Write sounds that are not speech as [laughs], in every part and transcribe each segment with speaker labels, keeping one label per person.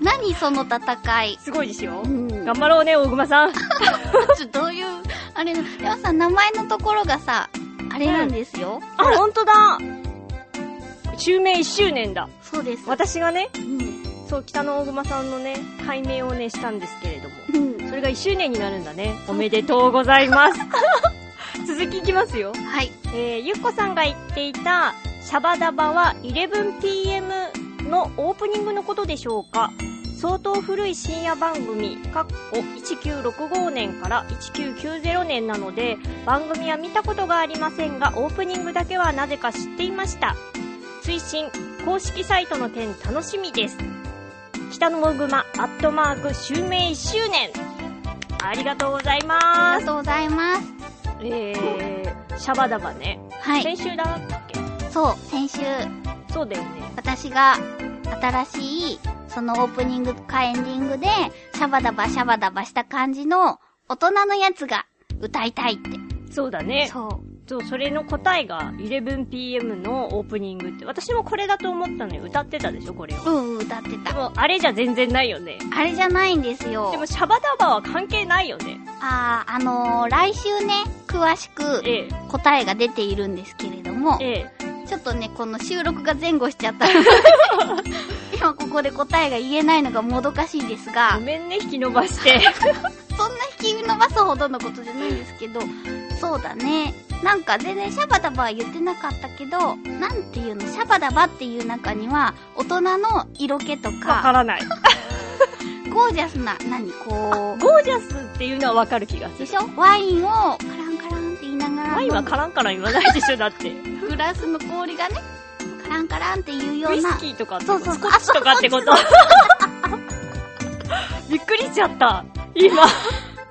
Speaker 1: 何その戦い
Speaker 2: すごいですよ
Speaker 1: うん
Speaker 2: 頑張ろうね大熊 [laughs] さん
Speaker 1: ちょっとどういうあれなでもさ名前のところがさあれなんですよ、
Speaker 2: あ本当だ襲名1周年だ
Speaker 1: そうです
Speaker 2: 私がね
Speaker 1: うん
Speaker 2: そう北の大熊さんのね改名をねしたんですけれども
Speaker 1: うん
Speaker 2: それが1周年になるんだねおめでとうございます [laughs] 続きいきますよ
Speaker 1: はい
Speaker 2: えーゆっこさんが言っていたシャバダバは 11pm のオープニングのことでしょうか相当古い深夜番組、かっこ1965年から1990年なので、番組は見たことがありませんが、オープニングだけはなぜか知っていました。推進、公式サイトの点楽しみです。北のもぐま、アットマーク、襲名1周年。ありがとうござい
Speaker 1: あ
Speaker 2: ま
Speaker 1: り
Speaker 2: す
Speaker 1: が。とうございます
Speaker 2: えー、シャバダバね。
Speaker 1: はい
Speaker 2: 先週だったっけ
Speaker 1: そう先週
Speaker 2: そうだよね。
Speaker 1: 私が新しいそのオープニングかエンディングでシャバダバシャバダバした感じの大人のやつが歌いたいって
Speaker 2: そうだね。
Speaker 1: そ
Speaker 2: そう、それの答えが 11pm のオープニングって、私もこれだと思ったのよ。歌ってたでしょ、これを。
Speaker 1: ううんうん歌って
Speaker 2: で
Speaker 1: た
Speaker 2: も、あれじゃ全然ないよね。
Speaker 1: あれじゃないんですよ
Speaker 2: でも、シャバダバは関係ないよね。
Speaker 1: あーあのー、来週ね詳しく
Speaker 2: ええ、
Speaker 1: 答えが出ているんですけれども
Speaker 2: ええ。
Speaker 1: ちょっとね、この収録が前後しちゃ
Speaker 2: [laughs]
Speaker 1: ったので、今ここで答えが言えないのがもどかしいですが
Speaker 2: ご、めんね、引き伸ばして。
Speaker 1: そんな引き伸ばすほどのことじゃないんですけど、そうだね。なんか全然シャバダバは言ってなかったけど、なんていうの、シャバダバっていう中には、大人の色気と
Speaker 2: わか
Speaker 1: か、
Speaker 2: らない。
Speaker 1: ゴージャスな、何、こ
Speaker 2: ゴージャスっていうのはわかる気が
Speaker 1: う、で
Speaker 2: する。
Speaker 1: しょワインをカランカランって言いながら、
Speaker 2: ワインはカランカラン言わないでしょ、だって。ウ
Speaker 1: グラスの氷がね、カランカランっていうよう
Speaker 2: イ
Speaker 1: な
Speaker 2: ス、キーとかって
Speaker 1: そ
Speaker 2: こ
Speaker 1: うそ
Speaker 2: と、
Speaker 1: う
Speaker 2: スコッチとかって [laughs] こと。びっくりしちゃった。今。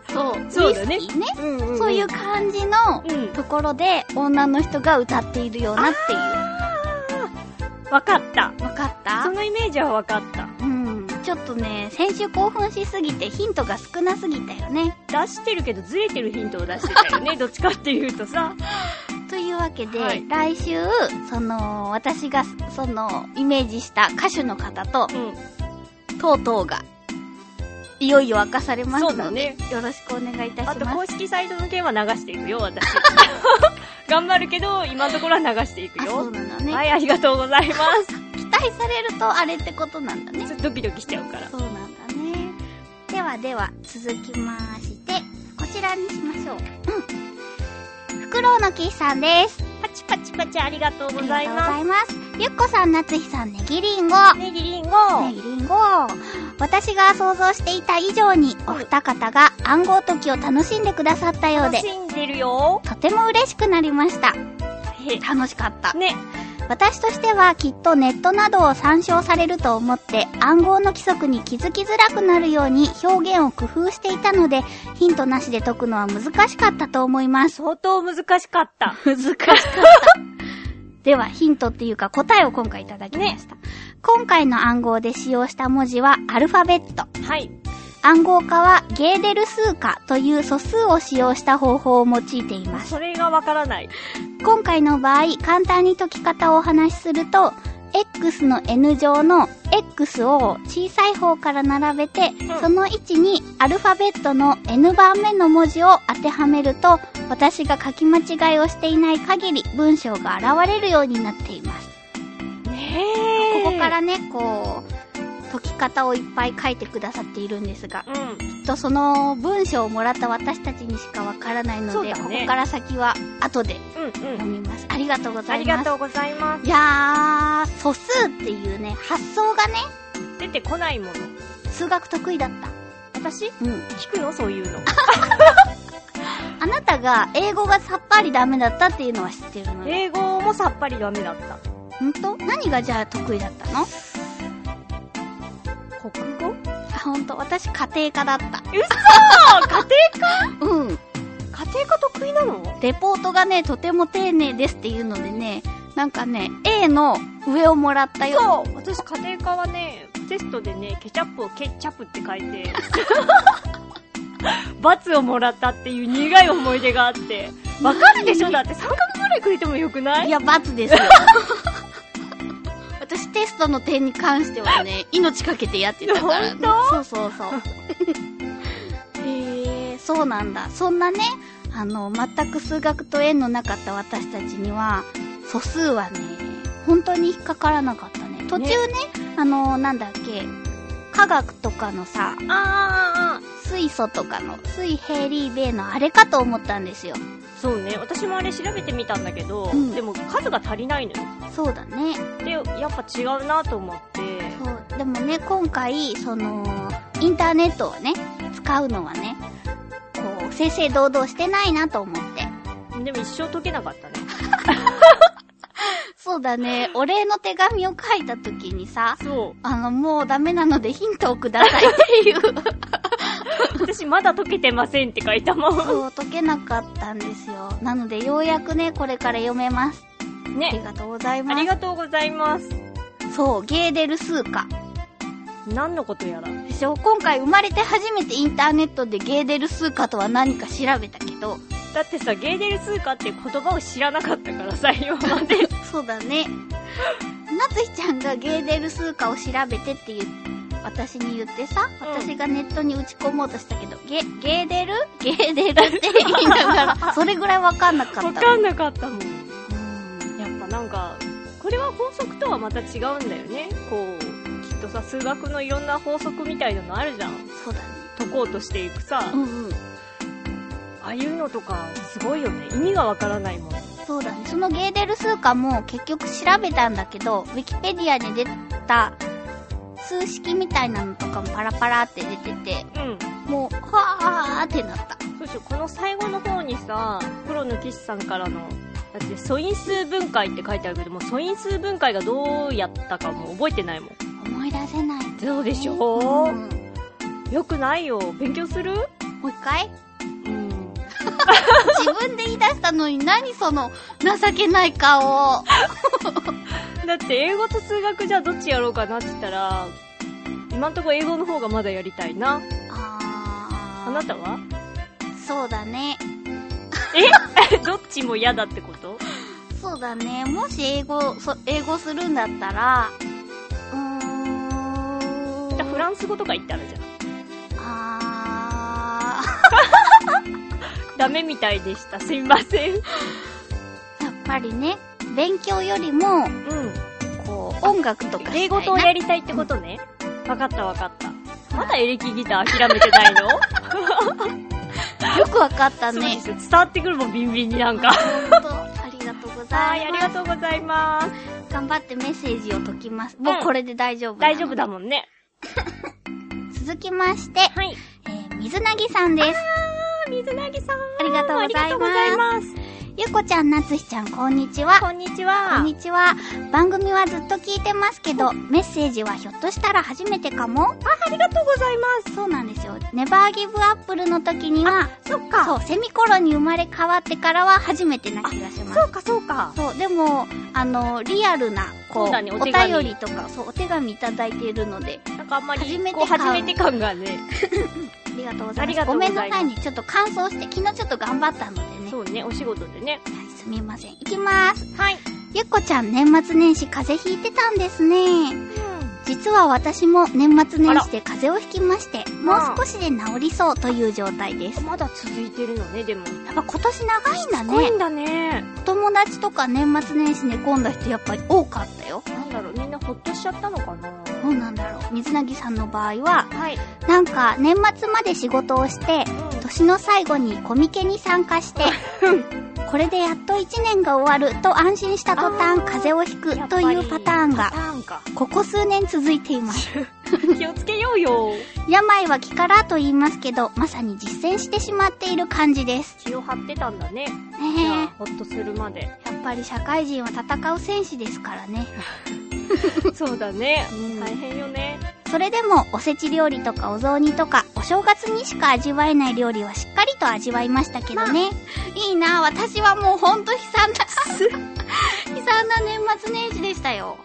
Speaker 1: そう、
Speaker 2: そうだね
Speaker 1: ウイスキーね。
Speaker 2: うんんん
Speaker 1: そういう。感じの
Speaker 2: うん。
Speaker 1: ところで女の人が歌っているようなっていう。
Speaker 2: わかった。
Speaker 1: わかっ
Speaker 2: そ
Speaker 1: た
Speaker 2: のイメージはわかった。
Speaker 1: うん。ちょっとね、先週興奮しすぎてヒントが少なすぎたよね。
Speaker 2: 出してるけどずれてるヒントを出してたよ [laughs] ねどっちかっていうとさ
Speaker 1: というわけで、
Speaker 2: はい
Speaker 1: 来週、その、私が、その、イメージした歌手の方と、
Speaker 2: う
Speaker 1: とうとうが、いよいよ明かされますの
Speaker 2: そう
Speaker 1: で、
Speaker 2: だね
Speaker 1: よろしくお願いいた
Speaker 2: んあ
Speaker 1: し
Speaker 2: と
Speaker 1: ま
Speaker 2: 公
Speaker 1: す。
Speaker 2: 式サイトの件は流していくよ私 [laughs] 頑張るけど今のところは流していく
Speaker 1: あ、そう
Speaker 2: よ
Speaker 1: なのね、
Speaker 2: はいありがとうございま [laughs]
Speaker 1: 期待されるとあれってことなんだね
Speaker 2: す。ちょっとドキドキしちゃうから
Speaker 1: そうなんだね。ではでは、続きまして、こちらにしましょう。うん。フクロウの岸さんです。
Speaker 2: パチパチパチありがとうござい
Speaker 1: あり
Speaker 2: ま
Speaker 1: がとうございます。ゆっこさん、なつひさん、ねぎりんご。
Speaker 2: すねぎりんご
Speaker 1: ねぎりんご。私が想像していた以上に、お二方が暗号解きを楽しんでくださったよう
Speaker 2: 楽
Speaker 1: で、
Speaker 2: しんでるよ
Speaker 1: とても嬉しくなりました。
Speaker 2: へ
Speaker 1: 楽しかった。
Speaker 2: ね
Speaker 1: 私としてはきっとネットなどを参照されると思って暗号の規則に気づきづらくなるように表現を工夫していたのでヒントなしで解くのは難しかったと思います。
Speaker 2: 相当難しかった。
Speaker 1: 難しかった。ではヒントっていうか答えを今回いただきました。今回の暗号で使用した文字はアルファベット。
Speaker 2: [laughs] はい。
Speaker 1: 暗号化はゲーデル数化という素数を使用した方法を用いています。
Speaker 2: それがわからない。
Speaker 1: 今回の場合、簡単に解き方をお話しすると、x の n 乗の x を小さい方から並べて、
Speaker 2: ん
Speaker 1: その位置にアルファベットの n 番目の文字を当てはめると、私が書き間違いをしていない限り文章が現れるようになっています。
Speaker 2: ねえ。
Speaker 1: ここか。らね、こう、解き方をいっぱい書いてくださっているんですが、
Speaker 2: うん。
Speaker 1: きっとその文章をもらった私たちにしかわからないの
Speaker 2: そう
Speaker 1: で、
Speaker 2: だね
Speaker 1: ここから先は後で
Speaker 2: うんうん。
Speaker 1: 読みます。ありがとうござ
Speaker 2: あ
Speaker 1: い
Speaker 2: り
Speaker 1: ます
Speaker 2: が。とうございます。
Speaker 1: いやー、素数っていうね、発想がね、
Speaker 2: 出てこないもの。
Speaker 1: 数学得意だった。
Speaker 2: 私
Speaker 1: うん。
Speaker 2: 聞くのそういうの。
Speaker 1: あなたが英語がさっぱりダメだったっていうのは知ってるのよ。
Speaker 2: 英語もさっぱりダメだった。
Speaker 1: ほんと何がじゃあ得意だったのあ、
Speaker 2: 国語
Speaker 1: ほんと私家庭科だった。
Speaker 2: 嘘家
Speaker 1: [laughs] うん。
Speaker 2: 庭、家庭科得意なの
Speaker 1: レポートがね、とても丁寧ですっていうのでね、なんかね、A の上をもらったよ。
Speaker 2: そう私家庭科はね、テストでね、ケチャップをケッチャップって書い [laughs] て、罰をもらったっていう苦い思い出があって。わかるでしょだって3角ぐらいくれてもよくない
Speaker 1: いや、罰ですよ。 [laughs] 私テストの点に関してはね、命かけてやってたから、ね。そうそうそう。 [laughs] へえ、そうなんだ。そんなね、あの、全く数学と縁のなかった私たちには、素数はね、本当に引っかからなかったね。途中ね、あの、なんだっけ、科学とかのさ、
Speaker 2: あーあーあー
Speaker 1: 水素とかの、水平リーベイのあれかと思ったんですよ。
Speaker 2: そうね、私もあれ調べてみたんだけど、
Speaker 1: うん
Speaker 2: でも数が足りないのよ。
Speaker 1: そうだね。
Speaker 2: で、やっぱ違うなと思って、
Speaker 1: そう、でもね、今回、その、インターネットをね、使うのはね、こう、正々堂々してないなと思って。
Speaker 2: でも一生解けなかったね。
Speaker 1: そうだね、お礼の手紙を書いた時にさ、
Speaker 2: そう。
Speaker 1: あの、もうダメなので [laughs] ヒントをくださ
Speaker 2: [laughs]
Speaker 1: いっていう、
Speaker 2: 私まだ解けてませんって書いたもん。
Speaker 1: そう、解けなかったんですよ。なので、ようやくね、これから読めます。あり
Speaker 2: ね。
Speaker 1: がとうござい
Speaker 2: あ
Speaker 1: ま
Speaker 2: りがとうございます。
Speaker 1: す。そう、ゲーデル数化。
Speaker 2: 何のことやら。
Speaker 1: でしょ今回生まれて初めてインターネットでゲーデル数化とは何か調べたけど、
Speaker 2: だってさ、ゲーデル通貨っていう言葉を知らなかったからさ、今まで。
Speaker 1: そうだね。なつひちゃんがゲーデル数化を調べてっていう、私に言ってさ、
Speaker 2: うん
Speaker 1: 私がネットに打ち込もうとしたけど、ゲ、ゲーデルゲーデルって言いなが [laughs] ら、それぐらいわかんなかった。
Speaker 2: わ [laughs] かんなかったもん。
Speaker 1: うん
Speaker 2: やっぱなんか、これは法則とはまた違うんだよね。こう、きっとさ、数学のいろんな法則みたいなのあるじゃん。
Speaker 1: そうだね。
Speaker 2: 解こうとしていくさ、
Speaker 1: う
Speaker 2: あ
Speaker 1: んうん。
Speaker 2: あいうのとか、すごいよね。意味がわからないもん。
Speaker 1: そうだね。そのゲーデル数化も結局調べたんだけど、ウィキペディアに出た数式みたいなのとかもパラパラって出てて、
Speaker 2: うん。
Speaker 1: もう、はぁーってなった。
Speaker 2: そうしよう、この最後の方にさ、黒の騎士さんからの、だって素因数分解って書いてあるけども、素因数分解がどうやったかも覚えてないもん。
Speaker 1: 思い出せない。
Speaker 2: そうでし
Speaker 1: う
Speaker 2: ょ
Speaker 1: ん
Speaker 2: よくないよ。勉強する
Speaker 1: もう一回
Speaker 2: うん。
Speaker 1: 自分で言い出したのに何その情けない顔。
Speaker 2: だって英語と数学じゃあどっちやろうかなって言ったら、今んとこ英語の方がまだやりたいな。あ
Speaker 1: あ
Speaker 2: なたは
Speaker 1: ー、そうだね。
Speaker 2: [laughs] どっちも嫌だってこと
Speaker 1: そうだね。もし英語、そ英語するんだったら、うーん。
Speaker 2: じゃあフランス語とか言ったらじゃ
Speaker 1: あ
Speaker 2: あ。ダメみたいでした。すいません。う
Speaker 1: ー、
Speaker 2: ん。
Speaker 1: やっぱりね、勉強よりも、こう、音楽とかしたいな。
Speaker 2: 英語とやりたいってことね。わかったわかった。まだエレキギター諦めてないの
Speaker 1: よくわかった
Speaker 2: そうで
Speaker 1: ね。
Speaker 2: すよ伝わってくるもん、ビンビンになんか。
Speaker 1: ほんとありがとうござ
Speaker 2: はいい、あ
Speaker 1: ま
Speaker 2: り
Speaker 1: す。
Speaker 2: がとうございます。
Speaker 1: 頑張ってメッセージを解きます。もうこれで大丈夫なの
Speaker 2: 大丈夫だもんね。
Speaker 1: 続きまして、
Speaker 2: はい。
Speaker 1: えー、水なぎさんです。
Speaker 2: 水なぎさん。
Speaker 1: ありがとうございます
Speaker 2: ありがとうございます。
Speaker 1: ゆこちゃん、なつひちゃん、こんにちは。
Speaker 2: こんにちは。
Speaker 1: こんにちは。番組はずっと聞いてますけど、メッセージはひょっとしたら初めてかもあ、ありがとうございます。そうなんですよ。ネバーギブアップルの時には、
Speaker 2: そっか。
Speaker 1: そう、セミコロに生まれ変わってからは初めてな気がします。
Speaker 2: そうか、そうか。
Speaker 1: そう、でも、あの、リアルな、こう、
Speaker 2: そうだねお
Speaker 1: お
Speaker 2: 手紙
Speaker 1: 便りとか、そう、お手紙いただいているので、
Speaker 2: なんかあんまり、
Speaker 1: 初めて
Speaker 2: こう
Speaker 1: 感
Speaker 2: 初めて感がね。
Speaker 1: ありがとうござ
Speaker 2: あ
Speaker 1: いま
Speaker 2: り
Speaker 1: す。
Speaker 2: がと
Speaker 1: ご
Speaker 2: うご
Speaker 1: め
Speaker 2: ざい
Speaker 1: ん
Speaker 2: ます
Speaker 1: なさいね。ちょっと乾燥して、昨日ちょっと頑張ったのでね。
Speaker 2: そうね、お仕事でね。
Speaker 1: はい、すみません。いきます。
Speaker 2: はい。
Speaker 1: ゆっこちゃん、年末年始風邪ひいてたんですね。実は私も年末年始で風邪をひきまして、もう少しで治りそうという状態です。
Speaker 2: まだ続いてるのね、でも。
Speaker 1: やっぱ今年長いんだ
Speaker 2: すごい
Speaker 1: ね。
Speaker 2: んだね。
Speaker 1: お友達とか年末年始寝込んだ人やっぱり多かったよ。
Speaker 2: なんだろう、みんなほっとしちゃったのかな。
Speaker 1: どうなんだろう。水なぎさんの場合は、
Speaker 2: はい。
Speaker 1: なんか年末まで仕事をして、年の最後にコミケに参加 [laughs] して、これでやっと1年が終わると安心した途
Speaker 2: あ
Speaker 1: 端
Speaker 2: ー
Speaker 1: 風邪をひ
Speaker 2: や
Speaker 1: く
Speaker 2: っぱ
Speaker 1: とい
Speaker 2: り
Speaker 1: うパターン
Speaker 2: パ
Speaker 1: が
Speaker 2: ターンか。
Speaker 1: ここ数年続いています。
Speaker 2: 気をつけようよ。
Speaker 1: 病は気からと言いますけど、まさに実践してしまっている感じです。
Speaker 2: 気を張ってたんだね。
Speaker 1: ね
Speaker 2: じゃあ
Speaker 1: え。
Speaker 2: ほっとするまで。
Speaker 1: やっぱり社会人は戦う戦士ですからね。
Speaker 2: [laughs] そうだね。
Speaker 1: うん
Speaker 2: 大変よね。
Speaker 1: それでも、おせち料理とかお雑煮とか、お正月にしか味わえない料理はしっかりと味わいましたけどね。いいなぁ、私はもうほんと悲惨 [laughs] な、悲惨な年末年始でしたよ。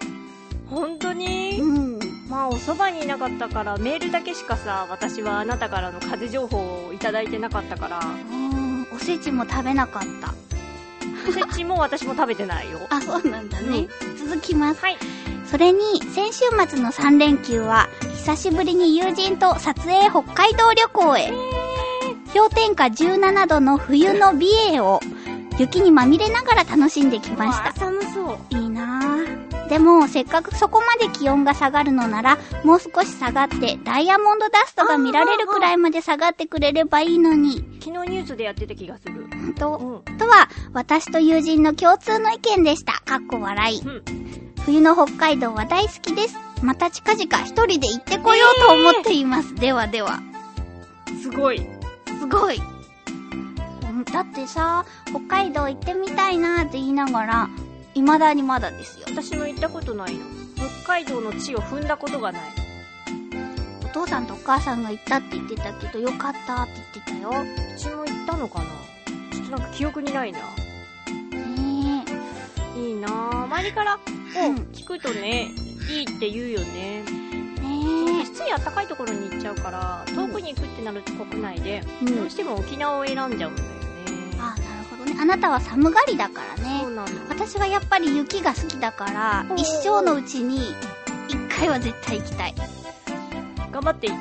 Speaker 2: 本当に
Speaker 1: うん。
Speaker 2: まあ、おそばにいなかったから、メールだけしかさ、私はあなたからの風邪情報をいただいてなかったから、
Speaker 1: うん、おせちも食べなかった。
Speaker 2: おせちも私も食べてないよ。 [laughs]
Speaker 1: あ、そうなんだね。続きます。
Speaker 2: はい。
Speaker 1: それに、先週末の3連休は、久しぶりに友人と撮影北海道旅行へ。氷点下17度の冬の美瑛を、雪にまみれながら楽しんできまし
Speaker 2: うわ
Speaker 1: た。
Speaker 2: 寒そう。
Speaker 1: いいなぁ。でも、せっかくそこまで気温が下がるのなら、もう少し下がって、ダイヤモンドダストが見られるくらいまで下がってくれればいいのに。
Speaker 2: 昨日ニュースでやってた気がする。
Speaker 1: と、
Speaker 2: ん。
Speaker 1: とは、私と友人の共通の意見でした。かっこ笑い。
Speaker 2: うん。
Speaker 1: 冬の北海道は大好きです。また近々一人で行ってこようと思っています。ではでは。
Speaker 2: すごい。
Speaker 1: すごい。んだってさ、北海道行ってみたいなって言いながら、未だにまだですよ。
Speaker 2: 私も行ったことないの。北海道の地を踏んだことがない。
Speaker 1: お父さんとお母さんが行ったって言ってたけど、よかったって言ってたよ。ね
Speaker 2: うちも行ったのかなちょっとなんか記憶にないな。いいなぁ。周りから
Speaker 1: え。うん。
Speaker 2: 聞くとね、いいって言うよね。
Speaker 1: ね
Speaker 2: ついあったかいところに行っちゃうから、遠くに行くってなると国内で、
Speaker 1: え。う。
Speaker 2: どうんしても沖縄を選んじゃうんだよね。
Speaker 1: ああ、なるほどね。あなたは寒がりだからね
Speaker 2: そう。なの。
Speaker 1: 私はやっぱり雪が好きだから
Speaker 2: お、ー
Speaker 1: 一生のうちに、一回は絶対行きたい。
Speaker 2: 頑張って
Speaker 1: [laughs]
Speaker 2: いく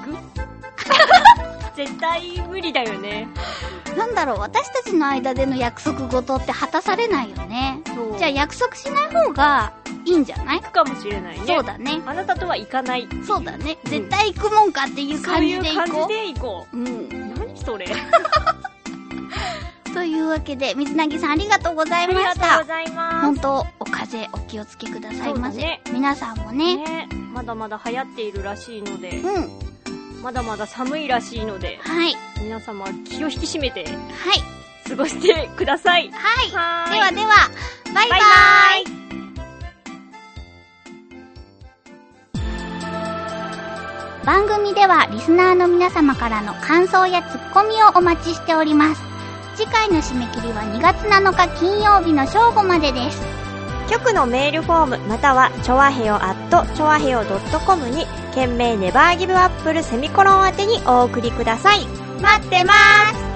Speaker 2: 絶対無理だよね。
Speaker 1: なんだろう、私たちの間での約束事って果たされないよね。
Speaker 2: そう
Speaker 1: じゃあ約束しない方がいいんじゃない
Speaker 2: 行くかもしれないね。
Speaker 1: そうだね。
Speaker 2: あなたとは行かない。
Speaker 1: そうだね。
Speaker 2: うん
Speaker 1: 絶対行くもんかっていう
Speaker 2: そう
Speaker 1: 感
Speaker 2: い
Speaker 1: じ
Speaker 2: う
Speaker 1: で
Speaker 2: 感
Speaker 1: 行
Speaker 2: じ
Speaker 1: こ
Speaker 2: で行こ
Speaker 1: う。うん。
Speaker 2: う。何それ。
Speaker 1: というわけで、水なぎさんありがとうござ
Speaker 2: あ
Speaker 1: い
Speaker 2: り
Speaker 1: ま
Speaker 2: が
Speaker 1: し
Speaker 2: とう
Speaker 1: た
Speaker 2: ご。ざいま
Speaker 1: 本当お風邪お気をつけくださいませ。
Speaker 2: そうだね
Speaker 1: 皆さんも
Speaker 2: す。
Speaker 1: ね。
Speaker 2: ね、まだまだ流行っているらしいので
Speaker 1: う、ん。
Speaker 2: まだまだ寒いらしいので、
Speaker 1: はい。
Speaker 2: 皆様気を引き締めて
Speaker 1: はい。
Speaker 2: 過ごしてください。
Speaker 1: はい。
Speaker 2: はーい。
Speaker 1: ではでは、バイバ
Speaker 2: バ
Speaker 1: イ
Speaker 2: イバイ。
Speaker 1: 番組ではリスナーの皆様からの感想やツッコミをお待ちしております。次回の締め切りは2月7日金曜日の正午までです。
Speaker 2: 局のメールフォームまたはチョアヘヨアットチョアヘヨ .com に件名ネバーギブアップルセミコロン宛てにお送りください。
Speaker 1: 待ってます